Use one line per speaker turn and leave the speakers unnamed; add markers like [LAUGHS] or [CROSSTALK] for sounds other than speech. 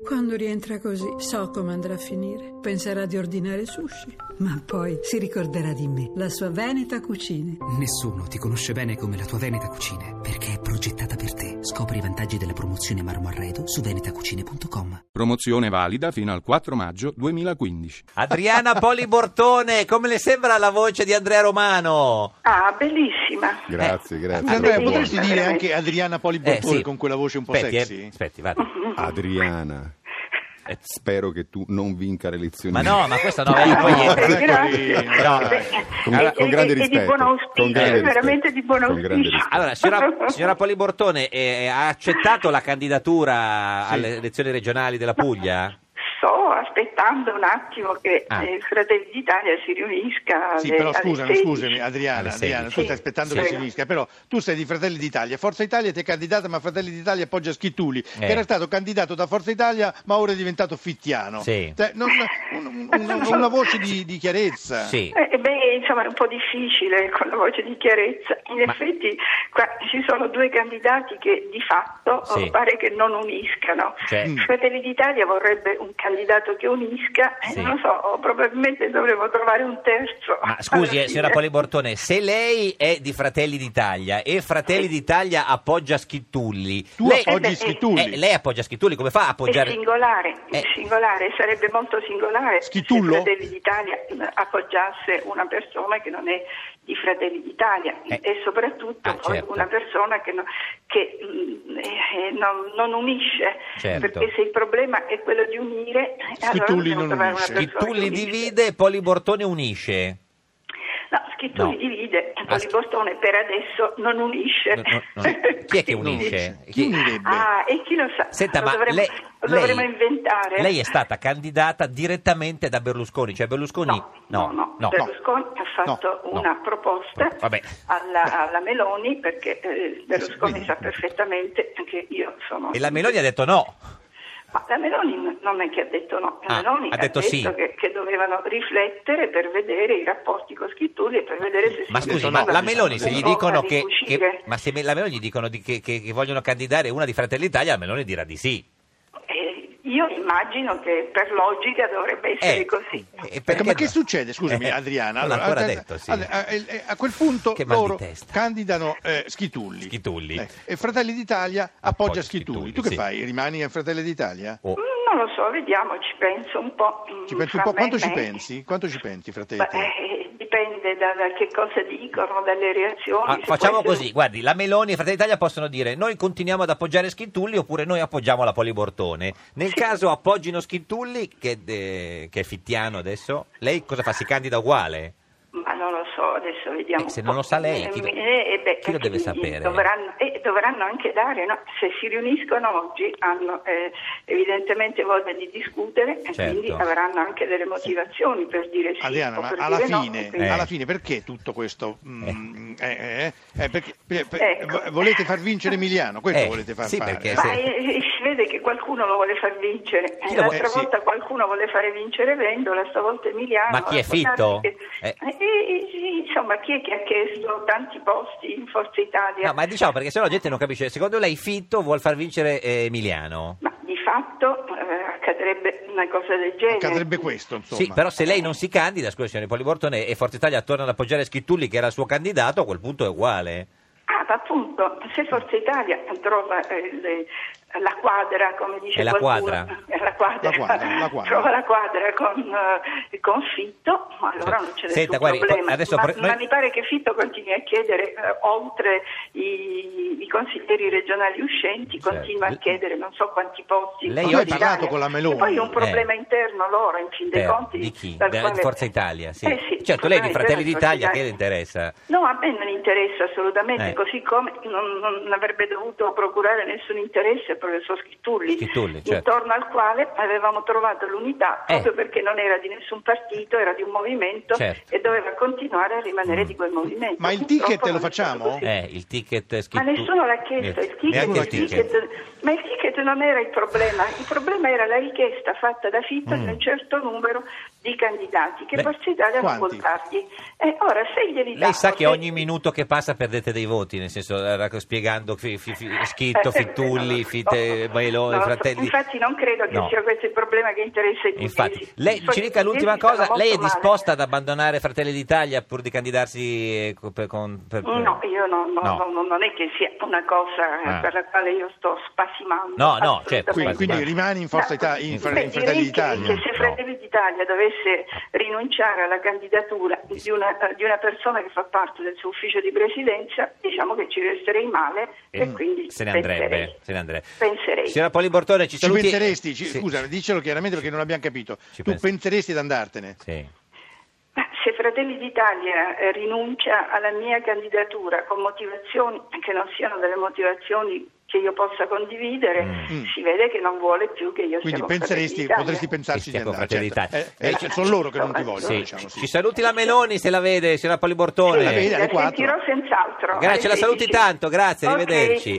Quando rientra così, so come andrà a finire. Penserà di ordinare sushi, ma poi si ricorderà di me, la sua Veneta Cucine.
Nessuno ti conosce bene come la tua Veneta Cucine, perché è progettata per te. Scopri i vantaggi della promozione Marmo Arredo su venetacucine.com.
Promozione valida fino al 4 maggio 2015.
Adriana Polibortone, come le sembra la voce di Andrea Romano?
Ah, bellissima.
Grazie, grazie.
Andrea,
Buona.
potresti
Eh,
dire Ah, veramente.
anche Adriana Poli
Eh, sì.
con quella voce un po'
aspetti, eh,
sexy?
[LAUGHS]
aspetti, vada.
Adriana,
Eh,
spero che tu non vinca le elezioni.
Ma no, ma questa no,
No,
eh,
[LAUGHS]
poi-
no,
Ah, grazie.
eh,
dai.
Beh, eh,
Con,
e-
con
e-
grande
e eh, di
rispetto.
buon auspicio, eh,
con grande
veramente di buon
con
auspicio.
grande rispetto.
Allora,
[LAUGHS]
signora, signora Polibortone, eh, ha accettato la candidatura alle elezioni regionali della Puglia?
Sto aspettando un attimo che
Ah.
eh, Fratelli d'Italia si riunisca.
Sì,
alle-
però
alle
scusami,
16.
scusami, Adriana,
Alle
Adriana, tu
sedici.
stai aspettando
Sì.
che
Sì.
si finisca, però tu sei di Fratelli d'Italia, Forza Italia ti è candidata, ma Fratelli d'Italia appoggia Schittuli, che
Eh.
era stato candidato da Forza Italia, ma ora è diventato fittiano.
Sì.
Cioè, non- un- un- un- una voce di, di chiarezza.
Sì.
Eh, beh, insomma, è un po' difficile con la voce di chiarezza. In effetti, qua ci sono due candidati che di fatto
Sì.
eh, pare che non uniscano.
Cioè-
Mm.
Fratelli d'Italia vorrebbe un candidato che unisca, e
Sì.
non lo so, oh, probabilmente dovremmo trovare un terzo.
Ma scusi,
Alla [LAUGHS]
eh, signora
fine.
Polibortone, se lei è di Fratelli d'Italia e Fratelli d'Italia appoggia Schittulli,
Tu
lei,
appoggi
Eh beh,
Schittulli.
eh, lei appoggia Schittulli, come fa a
È
appoggiare?
singolare, è
Eh.
singolare, sarebbe molto singolare
Schitullo?
se Fratelli d'Italia mh, appoggiasse una persona che non è di Fratelli d'Italia
Eh.
e soprattutto
Ah,
poi
certo.
una persona che, no- che, mh, eh, non, non unisce,
Certo.
perché se il problema è quello di unire, eh, allora
Schitulli
dobbiamo
non
trovare una
unisce.
persona
Schittulli
che unisce.
divide, Polibortone unisce.
[LAUGHS] No, Schittulli
No.
divide,
Ah,
Poli
Sch-
Bortone per adesso non unisce.
No, no,
[LAUGHS]
no. Chi è che unisce?
Chi unirebbe?
Ah, e chi lo sa?
Senta,
lo
ma
dovremmo,
lei,
lo dovremmo
lei-
inventare.
Lei è stata candidata direttamente da Berlusconi, cioè Berlusconi...
No, no, no, Berlusconi ha fatto
no, no.
una proposta
Vabbè.
alla, alla Meloni perché eh, Berlusconi
sì.
sa perfettamente che io sono...
E la Meloni ha detto no.
Ma la Meloni n- non è che ha detto no, la
Ah,
Meloni
ha detto sì.
che, che dovevano riflettere per vedere i rapporti con Schittulli e per vedere se
Ma
si
scusi,
detto
ma
no,
la
mi
Meloni
sono
se gli
detto
dicono
no.
Di
che... che-
cucire.
ma se me- la Meloni gli dicono di- che, che- che vogliono candidare una di Fratelli d'Italia, la Meloni dirà di sì.
Eh, io immagino che per logica dovrebbe essere
Eh,
così.
eh, perché
Ecco, ma che
no?
succede? Scusami,
Eh,
Adriana.
Non l'ha
allora,
ancora
Adriana,
detto, sì.
allora, eh, eh, a quel punto
Che mal di
loro
testa.
candidano eh, Schitulli.
Schitulli.
Eh, e Fratelli d'Italia appoggia
Appoggia
Schitulli.
Schitulli,
Tu che
sì.
fai? Rimani a Fratelli d'Italia?
Oh.
Mm, Non lo so, vediamo, ci penso un po'. mm,
Ci pensi
fra
un po'?
me
Quanto
e
ci
me.
pensi? Quanto ci pensi, fratelli?
Beh, eh, dipende da, da che cosa dicono, dalle reazioni.
Ah,
se
facciamo
può essere-
così, guardi, la Meloni e Fratelli d'Italia possono dire noi continuiamo ad appoggiare Schintulli oppure noi appoggiamo la Polibortone. Nel caso appoggino Schintulli, che, eh, che è fittiano adesso, lei cosa fa? Si candida uguale?
Ma non lo so, adesso vediamo.
Eh, se
un
non
po'.
lo sa lei, chi lo-
beh,
chi lo deve
eh,
sapere?
Dovranno, eh, dovranno anche dare, no? se si riuniscono oggi hanno eh, evidentemente voglia di discutere e
Certo.
quindi avranno anche delle motivazioni per dire sì
Adriana,
o
ma
per
alla
dire no,
fine,
quindi-
Eh.
alla fine perché tutto questo? mm, eh, eh, eh, perché- per- per-
Ecco.
vo- Volete far vincere Emiliano? Questo
Eh,
volete far
sì,
fare?
perché
Ma
se-
eh, eh, si vede che qualcuno lo vuole far vincere.
Chi lo
L'altra
vuole- eh, sì.
volta qualcuno vuole fare vincere Vendola, stavolta Emiliano.
Ma chi è
Guardate
Fitto?
che-
Eh.
eh, eh, sì, insomma, chi è che ha chiesto tanti posti in Forza Italia?
No, ma diciamo perché sennò la gente non capisce. Secondo lei Fitto vuol far vincere eh, Emiliano?
Ma di fatto eh, accadrebbe una cosa del genere.
Accadrebbe questo, insomma.
Sì, però se lei non si candida, scusi signor Polibortone, e Forza Italia torna ad appoggiare Schintulli che era il suo candidato, a quel punto è uguale.
Ah, ma appunto, se Forza Italia trova eh, le- la quadra, come dice
È la
qualcuno, [LAUGHS]
quadra.
eh, la quadra,
La quadra, la quadra.
trova la quadra con, eh, con Fitto, ma allora
Sì.
non c'è nessun
Senta, guardi,
problema.
po- adesso
ma,
pre- noi-
ma mi pare che Fitto continui a chiedere, eh, oltre i, i consiglieri regionali uscenti,
Certo.
continua a chiedere non so quanti posti. in
Lei
Forza
oggi-
Italia.
Ha parlato con la Meloni.
E poi è un problema
Eh.
interno loro, in fin dei
Eh,
conti.
di chi?
dal
Di
quale-
Forza Italia, sì.
Eh
Certo, lei è di
sicuramente,
Fratelli
Forza
d'Italia, che
Italia.
le interessa?
No, a me non interessa assolutamente,
Eh.
così come non, non avrebbe dovuto procurare nessun interesse il professor Schittulli,
Schittulli, certo.
intorno al quale avevamo trovato l'unità
Eh.
proprio perché non era di nessun partito, era di un movimento
Certo.
e doveva continuare a rimanere
Mm.
di quel movimento.
Ma il
Purtroppo
ticket
non
lo
è stato
facciamo?
così.
Eh, il ticket
Ma
Schintulli.
nessuno l'ha chiesto, il ticket,
Neanche
il
il ticket.
ticket- ma il ticket non era il problema, il problema era la richiesta fatta da Fitto di un certo numero di candidati che
Mm. Beh,
Forza Italia
quanti?
ascoltarli. E ora se glieli dà
Lei sa che ogni minuto che passa perdete dei voti, nel senso era spiegando fi- fi- fi- Schitto,
Eh, eh,
Fittulli,
[LAUGHS] no,
Fite,
no,
Bailoni,
no,
Fratelli.
Infatti non credo che
No.
sia questo il problema che interessa i
Infatti,
pugliesi.
lei
I pugliesi
ci dica l'ultima
stanno
cosa,
molto
lei è
male.
disposta ad abbandonare Fratelli d'Italia pur di candidarsi eh, co- per- con... per-
No, io no, no,
No.
no, no, non è che sia una cosa eh,
Ah.
per la quale io sto spasimando.
No, no, certo,
assolutamente.
Quindi,
Quasi,
quindi
quasi.
rimani in Forza Italia, in, Fra-
Beh,
in Fratelli
direi che-
d'Italia.
Che se
No.
Fratelli d'Italia dovesse rinunciare alla candidatura di una, di una persona che fa parte del suo ufficio di presidenza, diciamo che ci resterei male e,
Eh,
quindi
se ne andrebbe,
penserei.
se ne andrebbe.
Penserei.
Signora Poli Bortone, ci
Ci
saluti.
penseresti? Ci-
Sì.
Scusa, dicelo chiaramente perché non abbiamo capito.
Ci
tu
penso.
penseresti ad andartene?
Sì.
Ma Se Fratelli d'Italia eh, rinuncia alla mia candidatura con motivazioni che non siano delle motivazioni che io possa condividere,
Mm.
si vede che non vuole più che io
Quindi
sia con
penseresti,
Fratelli d'Italia.
potresti pensarci di
Sì, sì, con
andare.
Fratelli
certo.
d'Italia.
Eh, eh,
Eh,
sono loro che non ti vogliono,
sì,
diciamo.
Ci
sì.
saluti la Meloni se la vede, signora Poli Bortone.
la vede alle
La
quattro.
sentirò senz'altro.
Grazie,
alle
la saluti
16.
tanto, grazie,
Ok.
arrivederci.